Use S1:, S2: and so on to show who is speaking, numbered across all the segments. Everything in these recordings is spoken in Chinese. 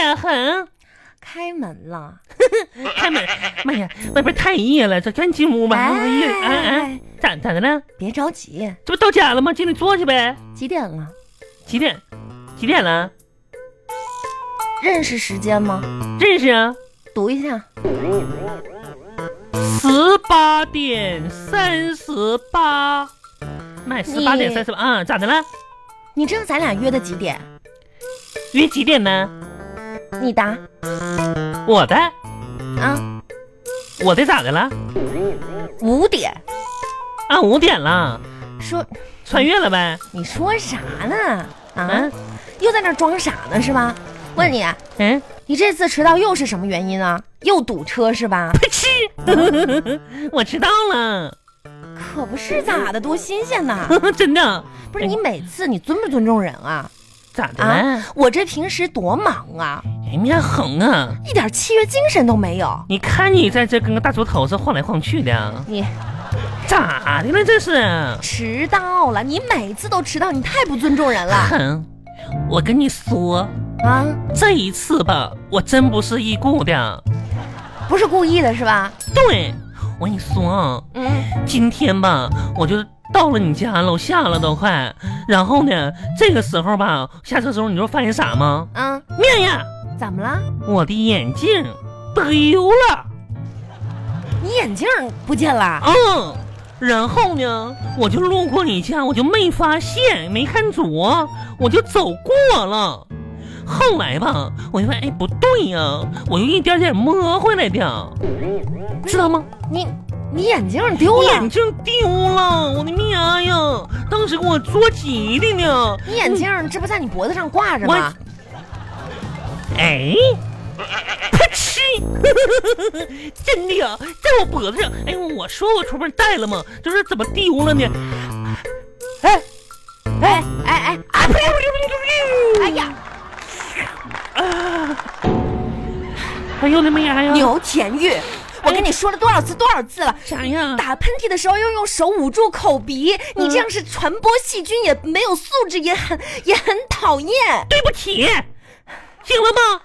S1: 得很。
S2: 开门了，哎
S1: 开门，妈哎呀，外边太热了，这赶进屋吧。哎呀，哎哎，咋咋的了？
S2: 别着急，
S1: 这不到家了吗？进来坐去呗。
S2: 几点了？
S1: 几点？几点了？
S2: 认识时间吗？
S1: 认识啊？
S2: 读一下。
S1: 十八点三十八。妈呀，十八点三十八啊？咋的了？
S2: 你知道咱俩约的几点？
S1: 约几点呢？
S2: 你答
S1: 我的，
S2: 啊，
S1: 我的咋的了？
S2: 五点。
S1: 啊，五点了，
S2: 说
S1: 穿越了呗？
S2: 你说啥呢？啊
S1: 嗯，
S2: 又在那儿装傻呢是吧？问你，
S1: 嗯，
S2: 你这次迟到又是什么原因啊？又堵车是吧？
S1: 呸嗤， 我迟到了，
S2: 可不是咋的，多新鲜呐！
S1: 真的。哎
S2: 不是你每次你尊不尊重人啊？
S1: 咋的了？
S2: 啊，我这平时多忙啊，
S1: 人面横啊！
S2: 一点契约精神都没有。
S1: 你看你在这跟个大猪头似的晃来晃去的，
S2: 你
S1: 咋的了这是？
S2: 迟到了，你每次都迟到，你太不尊重人 了
S1: 哼，我跟你说，
S2: 啊！
S1: 这一次吧，我真不是义故的。
S2: 不是故意的是吧？
S1: 对，我跟你说啊，
S2: 嗯，
S1: 今天吧，我就到了你家楼下了都快。然后呢，这个时候吧，下车时候你知道发现啥吗？
S2: 啊，
S1: 面呀，
S2: 怎么了？
S1: 我的眼镜丢了。
S2: 你眼镜儿不见了？
S1: 嗯，然后呢，我就路过你家，我就没发现，没看着，我就走过了。后来吧，我就发现，哎，不对呀、我又一点点摸回来的，知道吗？
S2: 你你眼镜儿丢
S1: 我
S2: 了
S1: 眼？镜丢了，我的妈呀！当时给我着急的呢。
S2: 你眼镜儿这不在你脖子上挂着吗？
S1: 哎，啪嗤！ 真的呀，在我脖子上。哎，我说我出门带了吗？就是怎么丢了呢？哎，
S2: 哎哎哎！
S1: 啊呸！哎
S2: 哎
S1: 呀，
S2: 呀，
S1: 哎呦我的妈呀呀！
S2: 牛田玉，我跟你说了多少次多少次了。
S1: 啥呀？
S2: 打喷嚏的时候要用手捂住口鼻，你这样是传播细菌，也没有素质，也很也很讨厌。
S1: 对不起，行了吗？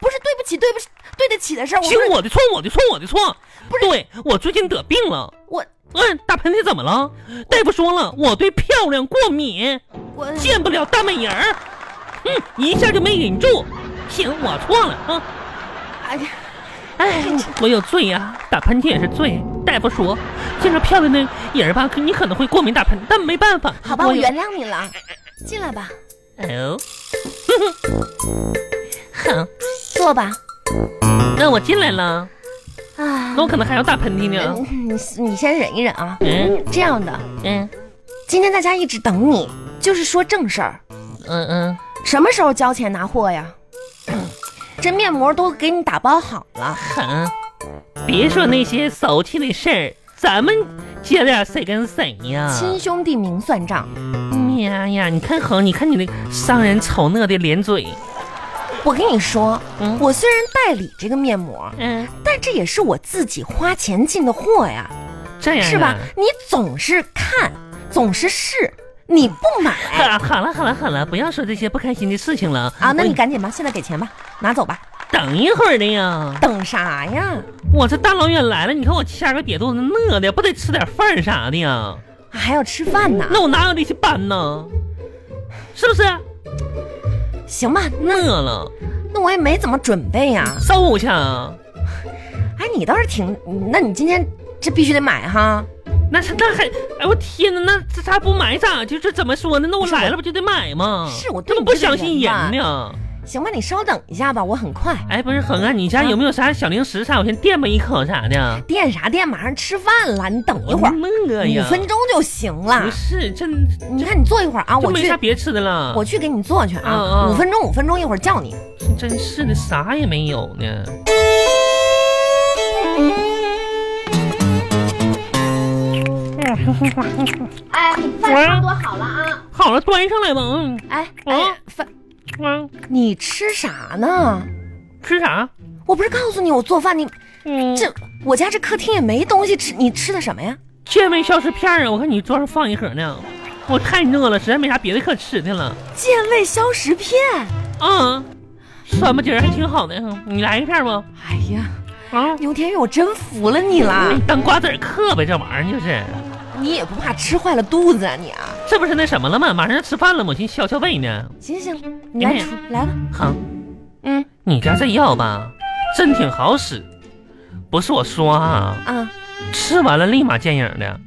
S2: 不是对不起，对不起，对得起的事儿。我
S1: 行
S2: 不，是
S1: 我的错，我的错，我的错。
S2: 不是
S1: 对我最近得病了。
S2: 我
S1: 嗯，打喷嚏怎么了？大夫说了，我对漂亮过敏，
S2: 我
S1: 见不了大美人儿。嗯，一下就没忍住。行，我错了啊。
S2: 哎呀，
S1: 哎，我有罪啊呀、打喷嚏也是罪。大夫说，见着漂亮的人儿吧，可你可能会过敏打喷嚏，但没办法。
S2: 好吧，我
S1: 有
S2: 原谅你了。进来吧，
S1: 哦，哼哼，好，
S2: 坐吧。
S1: 那我进来了，
S2: 啊
S1: 那，我可能还要打喷嚏呢。
S2: 嗯你你先忍一忍啊。
S1: 嗯
S2: 这样的，
S1: 嗯
S2: 今天大家一直等你，就是说正事儿。
S1: 嗯嗯，
S2: 什么时候交钱拿货呀？嗯这面膜都给你打包好了，
S1: 好，别说那些俗气的事儿，咱们姐俩谁跟谁呀？
S2: 亲兄弟明算账。
S1: 妈呀，你看好，你看你那商人丑恶的脸嘴，
S2: 我跟你说，
S1: 嗯
S2: 我虽然代理这个面膜，
S1: 嗯，
S2: 但这也是我自己花钱进的货呀，
S1: 这样啊
S2: 是吧？你总是看，总是试，你不 买
S1: 好，好了好了好了，不要说这些不开心的事情了
S2: 啊？那
S1: 我
S2: 你赶紧吧，现在给钱吧，拿走吧。
S1: 等一会儿的呀，
S2: 等啥呀？
S1: 我这大老远来了，你看我掐个瘪肚子，饿的不得吃点饭啥的呀？
S2: 还要吃饭呢？
S1: 那我哪有力气搬呢？是不是？
S2: 行吧，那
S1: 饿了，
S2: 那我也没怎么准备呀、
S1: 揍去啊！
S2: 哎，你倒是挺，那你今天这必须得买哈。
S1: 那是那还，哎我天哪，那这咋不买咋？就这怎么说呢？那我来了不就得买吗？
S2: 是我
S1: 怎
S2: 对
S1: 么
S2: 你
S1: 不
S2: 这个
S1: 相信
S2: 人吧
S1: 人呢？
S2: 行吧，你稍等一下吧，我很快。
S1: 哎，不是恒啊，你家有没有啥小零食啥？我先垫吧一口啥的。
S2: 垫啥垫？马上吃饭了，你等一会儿，
S1: 饿
S2: 五
S1: 呀！
S2: 分钟就行了
S1: 不。是，这
S2: 你看你坐一会儿啊，
S1: 就
S2: 我
S1: 没
S2: 去
S1: 啥别吃的了。
S2: 我去给你做去啊，
S1: 嗯嗯
S2: 五分钟，五分钟，一会儿叫你。
S1: 真是的，啥也没有呢。
S2: 哎，
S1: 饭差不多
S2: 好了啊。
S1: 好了，端上来吧。嗯
S2: 哎，
S1: 嗯
S2: 哎，饭，
S1: 嗯，
S2: 你吃啥呢？
S1: 吃啥？
S2: 我不是告诉你我做饭，你
S1: 嗯，
S2: 这我家这客厅也没东西吃，你吃的什么呀？
S1: 健胃消食片儿啊！我看你桌上放一盒呢。我太饿了，实在没啥别的可吃的了。
S2: 健胃消食片。
S1: 嗯，酸吧唧儿还挺好的，嗯你来一片儿不？
S2: 哎呀，
S1: 啊，
S2: 牛天宇，我真服了你了
S1: 你，当瓜子儿嗑呗，这玩意儿就是，
S2: 你也不怕吃坏了肚子啊你啊！
S1: 这不是那什么了吗？马上要吃饭了，我寻思消消胃呢。
S2: 行行，你来
S1: 哎
S2: 出来吧，
S1: 好，
S2: 嗯
S1: 你家这药吧，真挺好使。不是我说啊，
S2: 啊，
S1: 吃完了立马见影的。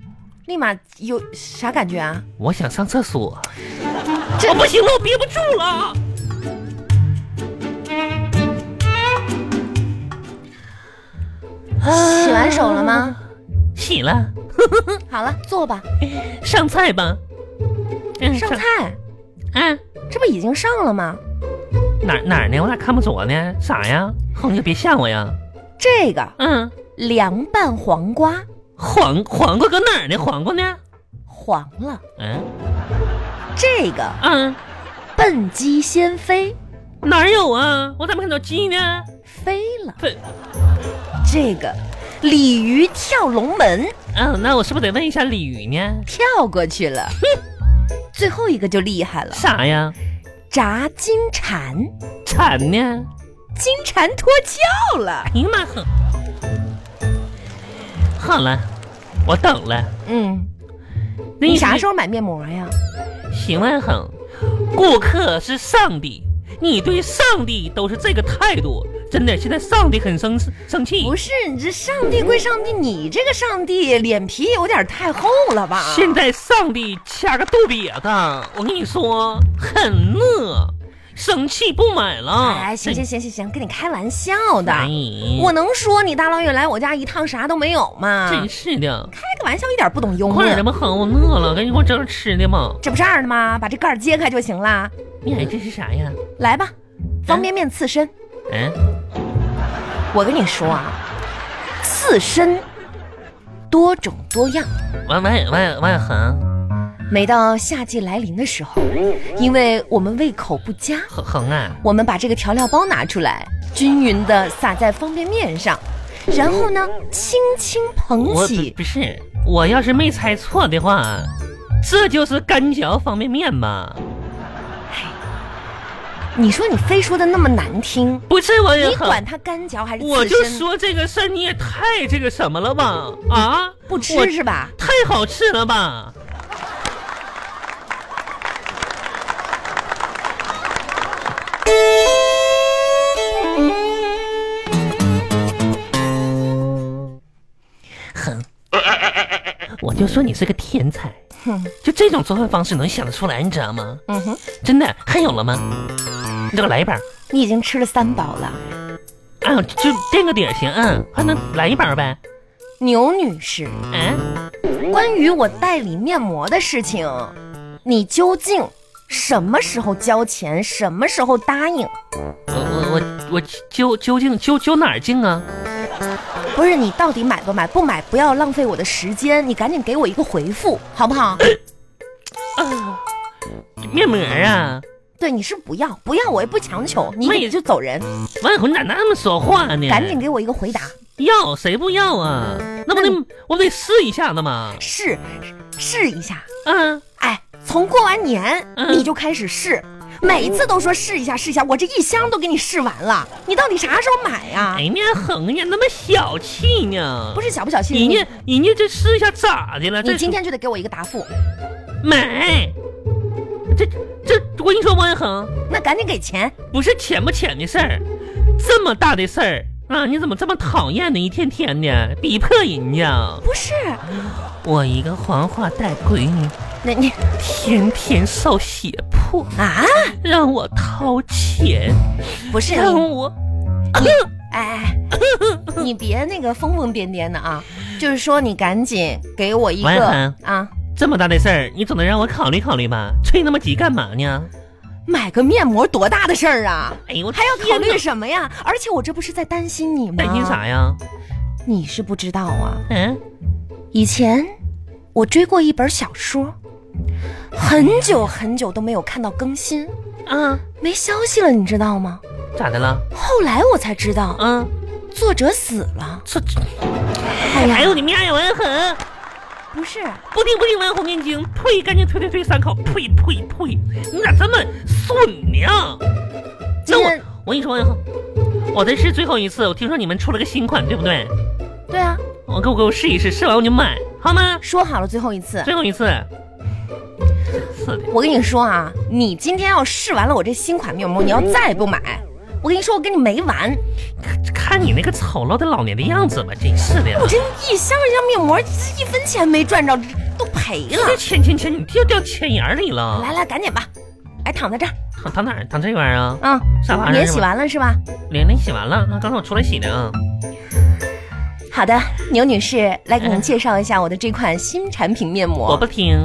S2: 立马有啥感觉啊？
S1: 我想上厕所，
S2: 这
S1: 我不行了，我憋不住了。
S2: 洗完手了吗？
S1: 洗了，
S2: 好了，坐吧，
S1: 上菜吧。嗯，
S2: 上菜，
S1: 嗯，
S2: 这不已经上了吗？
S1: 哪儿哪儿呢？我咋看不着呢？啥呀？哼，你可别吓我呀。
S2: 这个
S1: 嗯，
S2: 凉拌黄瓜
S1: 黄黄瓜搁哪儿呢？黄瓜呢？
S2: 黄了，
S1: 嗯
S2: 这个
S1: 嗯，
S2: 笨鸡先飞
S1: 哪儿有啊？我咋没看到鸡呢？
S2: 飞了，
S1: 飞，
S2: 这个鲤鱼跳龙门
S1: 嗯、那我是不是得问一下鲤鱼呢？
S2: 跳过去了， 最后一个就厉害了，
S1: 啥呀？
S2: 炸金蝉，
S1: 蝉呢？
S2: 金蝉脱壳了，
S1: 哎呀妈哼！好了，我等了。
S2: 嗯，
S1: 那
S2: 你啥时
S1: 候
S2: 候买面膜呀？
S1: 行万哼？顾客是上帝，你对上帝都是这个态度，真的。现在上帝很生生气，
S2: 不是你这上帝归上帝，你这个上帝脸皮有点太厚了吧？
S1: 现在上帝掐个肚瘪子，我跟你说很饿，生气不买了。
S2: 哎，行行行行行，跟你开玩笑的，
S1: 哎，
S2: 我能说你大老远来我家一趟啥都没有吗？
S1: 真是的，
S2: 开个玩笑，一点不懂幽默
S1: 快。点吧，哼，我饿了，赶紧给我整点吃的嘛。
S2: 这不这样的吗？把这盖儿揭开就行啦。
S1: 你哎，这是啥呀？
S2: 来吧，方便面刺身。
S1: 嗯，
S2: 我跟你说啊，刺身多种多样。
S1: 万万万万恒
S2: 每到夏季来临的时候，因为我们胃口不佳，
S1: 恒恒啊，
S2: 我们把这个调料包拿出来，均匀的撒在方便面上，然后呢，轻轻捧
S1: 我不
S2: 起。
S1: 不是，我要是没猜错的话，这就是干嚼方便面吧？
S2: 你说你非说的那么难听，
S1: 不是我也
S2: 你
S1: 很。
S2: 管它干嚼还是刺身，
S1: 我就说这个事儿你也太这个什么了吧？啊，
S2: 不
S1: 我
S2: 吃是吧？
S1: 太好吃了吧？哼，我就说你是个天才，
S2: 哼，
S1: 就这种做饭方式能想得出来，你知道吗？
S2: 嗯哼，
S1: 真的，还有了吗？你给我来一板，
S2: 你已经吃了三饱了。
S1: 啊，就垫个底儿行，嗯，还能来一板呗？
S2: 牛女士，
S1: 嗯，
S2: 关于我代理面膜的事情，你究竟什么时候交钱，什么时候答应？
S1: 我我我我究究竟究究哪儿竟啊？
S2: 不是你到底买不买？不买不要浪费我的时间，你赶紧给我一个回复，好不好？
S1: 啊，面膜啊，
S2: 对，你是不要，不要我也不强求，你
S1: 为
S2: 你就走人，
S1: 王小红你咋那么说话呢？
S2: 赶紧给嗯我一个回答。
S1: 要谁不要啊？那不
S2: 那
S1: 得
S2: 你
S1: 我不得试一下子吗？
S2: 试试一下，
S1: 嗯，
S2: 哎，从过完年
S1: 嗯
S2: 你就开始试。每一次都说试一下试一下，我这一箱都给你试完了，你到底啥时候买呀、啊
S1: 哎呀，恒呀，那么小气呢？
S2: 不是小不小气，
S1: 人
S2: 你
S1: 家人家这试一下咋的了？这
S2: 你今天就得给我一个答复，
S1: 买，这这我跟你说，王小恒
S2: 那赶紧给钱。
S1: 不是浅不浅的事儿，这么大的事儿啊，你怎么这么讨厌呢？一天天的逼迫人家，
S2: 不是，
S1: 啊我一个黄花大闺女，
S2: 那你
S1: 天天受胁迫。
S2: 啊，
S1: 让我掏钱，
S2: 不是
S1: 让
S2: 你，
S1: 我
S2: 哎，你别那个疯疯癫癫的啊，就是说你赶紧给我一
S1: 喂
S2: 个
S1: 涵
S2: 啊，
S1: 这么大的事儿，你总得让我考虑考虑吧？吹那么急干嘛呢？
S2: 买个面膜多大的事儿啊，
S1: 哎呦，我
S2: 还要考
S1: 天哪哎
S2: 虑什么呀？而且我这不是在担心你吗？
S1: 担心？啥呀？
S2: 你是不知道啊，
S1: 嗯，
S2: 以前我追过一本小说，很久很久都没有看到更新，
S1: 啊，
S2: 没消息了，你知道吗？
S1: 咋的了？
S2: 后来我才知道，
S1: 嗯，
S2: 作者死了。
S1: 这这，
S2: 哎呀
S1: 哎呦，你们家也玩狠，
S2: 不是，
S1: 不听不听，玩红念经，呸，赶紧推推推三口，呸呸呸，你咋这么损呢？
S2: 今
S1: 那
S2: 天
S1: 我我跟你说，我这是最后一次。我听说你们出了个新款，对不对？
S2: 对啊，
S1: 我给我给我试一试，试完我就买，好吗？
S2: 说好了最后一次。
S1: 最后一次，次的，
S2: 我跟你说啊，你今天要试完了我这新款面膜，你要再不买，我跟你说，我跟你没完。
S1: 看你那个丑陋的老年的样子吧，真是的呀
S2: 我！这一箱一箱面膜，一分钱没赚着，都赔了
S1: 这。钱钱钱，你掉掉钱眼里了。
S2: 来来，赶紧吧，哎，躺在这儿，
S1: 躺躺哪儿？躺这边啊？
S2: 嗯，
S1: 啥玩意儿
S2: 脸
S1: 是吧
S2: 洗完了是吧？
S1: 脸脸洗完了，那刚才我出来洗的啊。
S2: 好的，牛女士，来给您介绍一下我的这款新产品面
S1: 我
S2: 膜。
S1: 不听，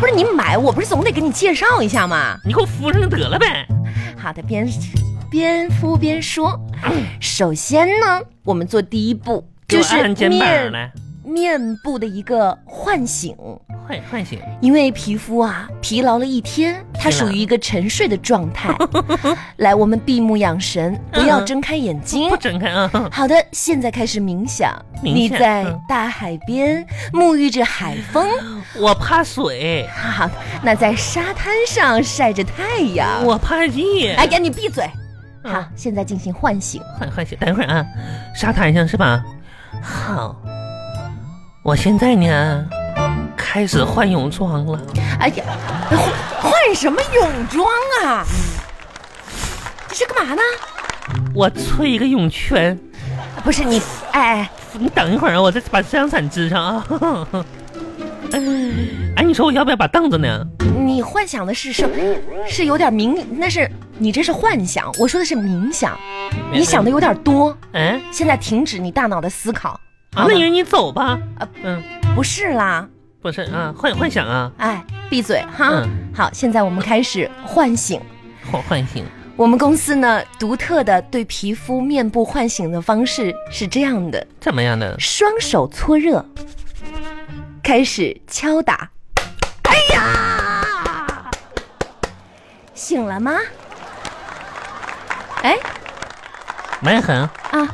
S2: 不是你买，我不是总得给你介绍一下吗？
S1: 你给我敷上就得了 呗。
S2: 好的，边边敷边说。首先呢，我们做第一步
S1: 给
S2: 就
S1: 我
S2: 是
S1: 按肩膀
S2: 面
S1: 来，
S2: 面部的一个唤醒，
S1: 唤唤醒。
S2: 因为皮肤啊疲劳了一天，它
S1: 天
S2: 属
S1: 哪
S2: 于一个沉睡的状态。来，我们闭目养神，不要睁开眼
S1: 嗯
S2: 睛
S1: 不。睁开啊！
S2: 好的，现在开始冥想。
S1: 冥想
S2: 你在
S1: 嗯
S2: 大海边沐浴着海风，
S1: 我怕水，
S2: 好，那在沙滩上晒着太阳。
S1: 我怕热。
S2: 啊哎，赶紧闭嘴！
S1: 嗯
S2: 好，现在进行唤醒。
S1: 换换鞋，等一会儿啊，沙滩上是吧？好，我现在呢开始换泳装了，
S2: 哎呀，换换什么泳装啊？
S1: 嗯
S2: 这是干嘛呢？
S1: 我吹一个泳圈。
S2: 不是你，哎，
S1: 你等一会儿啊，我再把遮阳伞支上 啊。哎，你说我要不要把凳子呢？
S2: 你幻想的是什么？是有点冥，那是你这是幻想，我说的是冥想。你想的有点多，
S1: 哎，
S2: 现在停止你大脑的思考。
S1: 啊，那人你走吧。
S2: 啊
S1: 嗯，
S2: 不是啦，
S1: 不是啊，幻幻想啊，
S2: 哎，闭嘴哈。
S1: 嗯
S2: 好，现在我们开始唤醒。
S1: 幻唤醒。
S2: 我们公司呢，独特的对皮肤面部唤醒的方式是这样的：
S1: 怎么样的？
S2: 双手搓热，开始敲打。哎呀，醒了吗？哎
S1: 蛮横，
S2: 啊，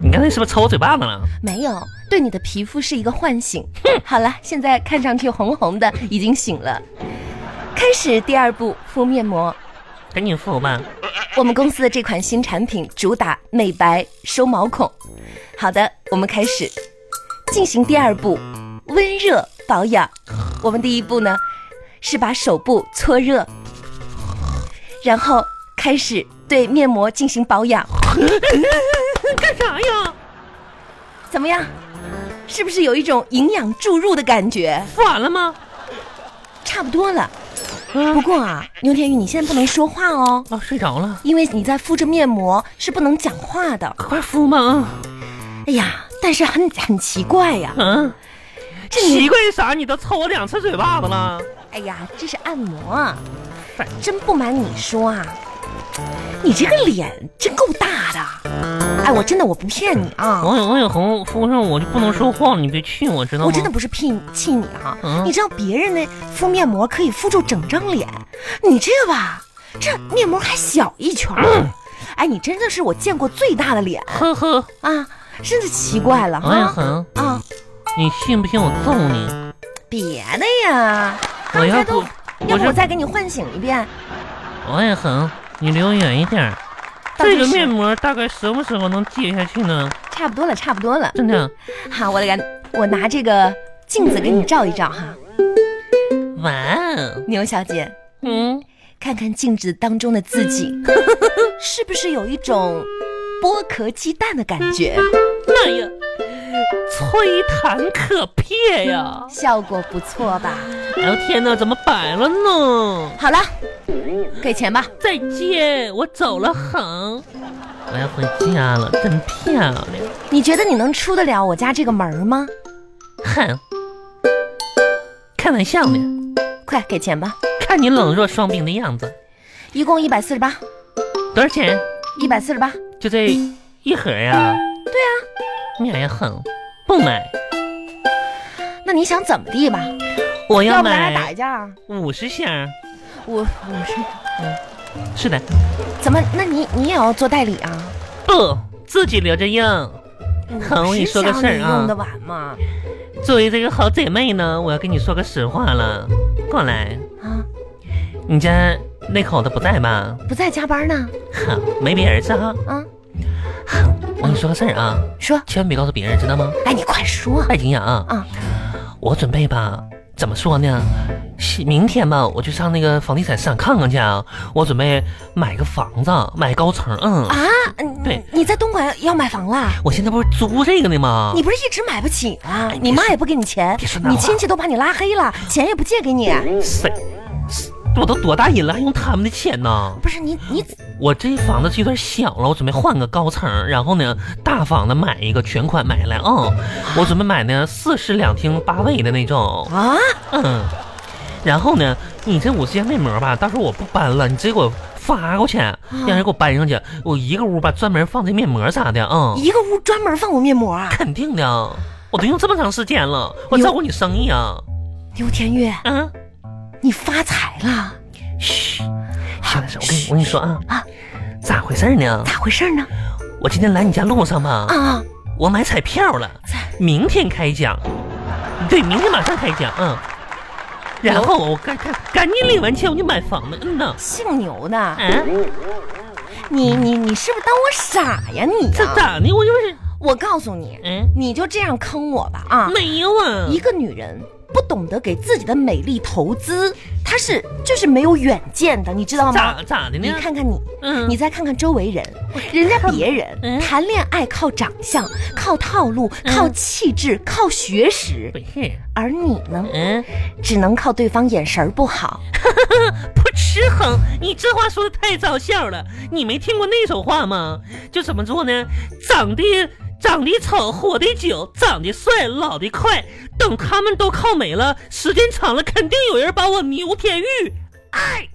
S1: 你刚才是不是抽我嘴巴子了？
S2: 没有，对你的皮肤是一个唤醒。好了，现在看上去红红的，已经醒了。开始第二步，敷面膜。
S1: 赶紧敷吧。
S2: 我们公司的这款新产品主打美白收毛孔。好的，我们开始进行第二步，温热保养。我们第一步呢是把手部搓热，然后开始对面膜进行保养。
S1: 干啥呀？
S2: 怎么样？是不是有一种营养注入的感觉？
S1: 敷完了吗？
S2: 差不多了。
S1: 啊
S2: 不过啊，牛田玉，你现在不能说话哦，
S1: 啊，睡着了，
S2: 因为你在敷着面膜是不能讲话的。
S1: 快敷吧啊！
S2: 哎呀，但是很很奇怪呀、
S1: 嗯，
S2: 这你
S1: 奇怪啥？你都抽我两次嘴巴子了。
S2: 哎呀，这是按摩啊
S1: 反！
S2: 真不瞒你说啊，你这个脸真够大的。哎，我真的我不骗你啊，
S1: 王永王永哎红敷上我就不能说话了，你别气我知道吗？
S2: 我真的不是骗气你啊。
S1: 嗯
S2: 你知道别人那敷面膜可以敷住整张脸，你这吧，这面膜还小一圈儿。 哎，你真的是我见过最大的脸
S1: 呵呵，
S2: 啊，真的奇怪了
S1: 王永
S2: 哈
S1: 恒，
S2: 啊！
S1: 你信不信我揍你？
S2: 别的呀，
S1: 我
S2: 刚
S1: 要
S2: 才
S1: 不
S2: 都，
S1: 我
S2: 要不
S1: 是
S2: 我再给你唤醒一遍。
S1: 王永恒，你离我远一点儿。
S2: 到底
S1: 这个
S2: 是
S1: 面膜大概什么时候能揭下去呢？
S2: 差不多了，差不多了。
S1: 真的，
S2: 好，我来给你，我拿这个镜子给你照一照哈，
S1: 哇哦，
S2: 牛小姐，
S1: 嗯，
S2: 看看镜子当中的自己， 是不是有一种剥壳鸡蛋的感觉？
S1: 那呀，吹弹可撇呀！
S2: 效果不错吧？
S1: 哎呦天哪，怎么摆了呢？
S2: 好了，给钱吧。
S1: 再见，我走了，哼，我要回家了，真漂亮，
S2: 你觉得你能出得了我家这个门儿吗？
S1: 哼，开玩笑呢，
S2: 快给钱吧，
S1: 看你冷若霜冰的样子，
S2: 一共一百四十八，
S1: 多少钱？
S2: 一百四十八。
S1: 就这一盒呀？对啊，你俩也哼，不买，
S2: 那你想怎么地吧？
S1: 我
S2: 要
S1: 要
S2: 不咱俩打
S1: 买
S2: 一架啊？
S1: 五十箱，
S2: 我我是
S1: 是的，
S2: 怎么？那你你也要做代理啊？
S1: 不，自己留着用。哼我跟你
S2: 嗯你
S1: 说个事儿啊
S2: 用得完吗？
S1: 作为这个好姐妹呢，我要跟你说个实话了，过来，
S2: 啊，
S1: 你家那口子不在吧？
S2: 不在加班呢。
S1: 哼，没别人是哈。
S2: 啊，
S1: 我跟你说个事儿啊，
S2: 说，
S1: 千万别告诉别人，知道吗？
S2: 哎，你快说
S1: 哎，景雅啊，
S2: 啊！
S1: 我准备吧，怎么说呢？是明天吧，我就上那个房地产市场看看去啊。我准备买个房子，买高层。嗯，
S2: 啊，嗯
S1: 对啊
S2: 你在东莞要买房啦？
S1: 我现在不是租这个呢吗？
S2: 你不是一直买不起啊？
S1: 别
S2: 你妈也不给你钱
S1: 哎别说，那
S2: 你
S1: 话嗯
S2: 亲戚都把你拉黑了，钱也不借给你。
S1: 谁？我都多大人了，还用他们的钱呢？
S2: 不是你你
S1: 我这房子是有点小了，我准备换个高层，然后呢，大房子买一个，全款买下来啊、嗯我准备买呢四室两厅八卫的那种，
S2: 啊，
S1: 嗯。然后呢，你这五十间面膜吧，到时候我不搬了，你直接给我发过去，让人给我搬上去。我一个屋吧，专门放这面膜啥的啊、嗯
S2: 一个屋专门放我面膜啊？
S1: 肯定的，我都用这么长时间了，我照顾你生意啊，
S2: 刘天月，
S1: 嗯。
S2: 你发财了？
S1: 嘘，小点声，我跟你我跟你说啊
S2: 啊，
S1: 咋回事呢？
S2: 咋回事呢？
S1: 我今天来你家路上吧，
S2: 啊，
S1: 我买彩票了
S2: 彩，
S1: 明天开奖，对，明天马上开奖，嗯。然后我赶赶赶紧领完钱我就买房了，嗯呐，
S2: 姓牛的，
S1: 嗯，
S2: 你你你是不是当我傻呀你
S1: 这
S2: 呀
S1: 咋的？我就是
S2: 我告诉你，
S1: 嗯，
S2: 你就这样坑我吧啊！
S1: 没有啊
S2: 一，个女人不懂得给自己的美丽投资，她是就是没有远见的，你知道吗？
S1: 咋咋的
S2: 你
S1: 呢？
S2: 看看你，
S1: 嗯，
S2: 你再看看周围人，人家别人
S1: 嗯
S2: 谈恋爱靠长相、靠套路、靠气质、靠学识，
S1: 不是，
S2: 而你呢，
S1: 嗯，
S2: 只能靠对方眼神儿不好。
S1: 不吃横，你这话说的太招笑了。你没听过那首话吗？就怎么做呢？长得长得丑，活得久；长得帅，老得快。等他们都靠没了，时间长了，肯定有人把我牛天玉爱。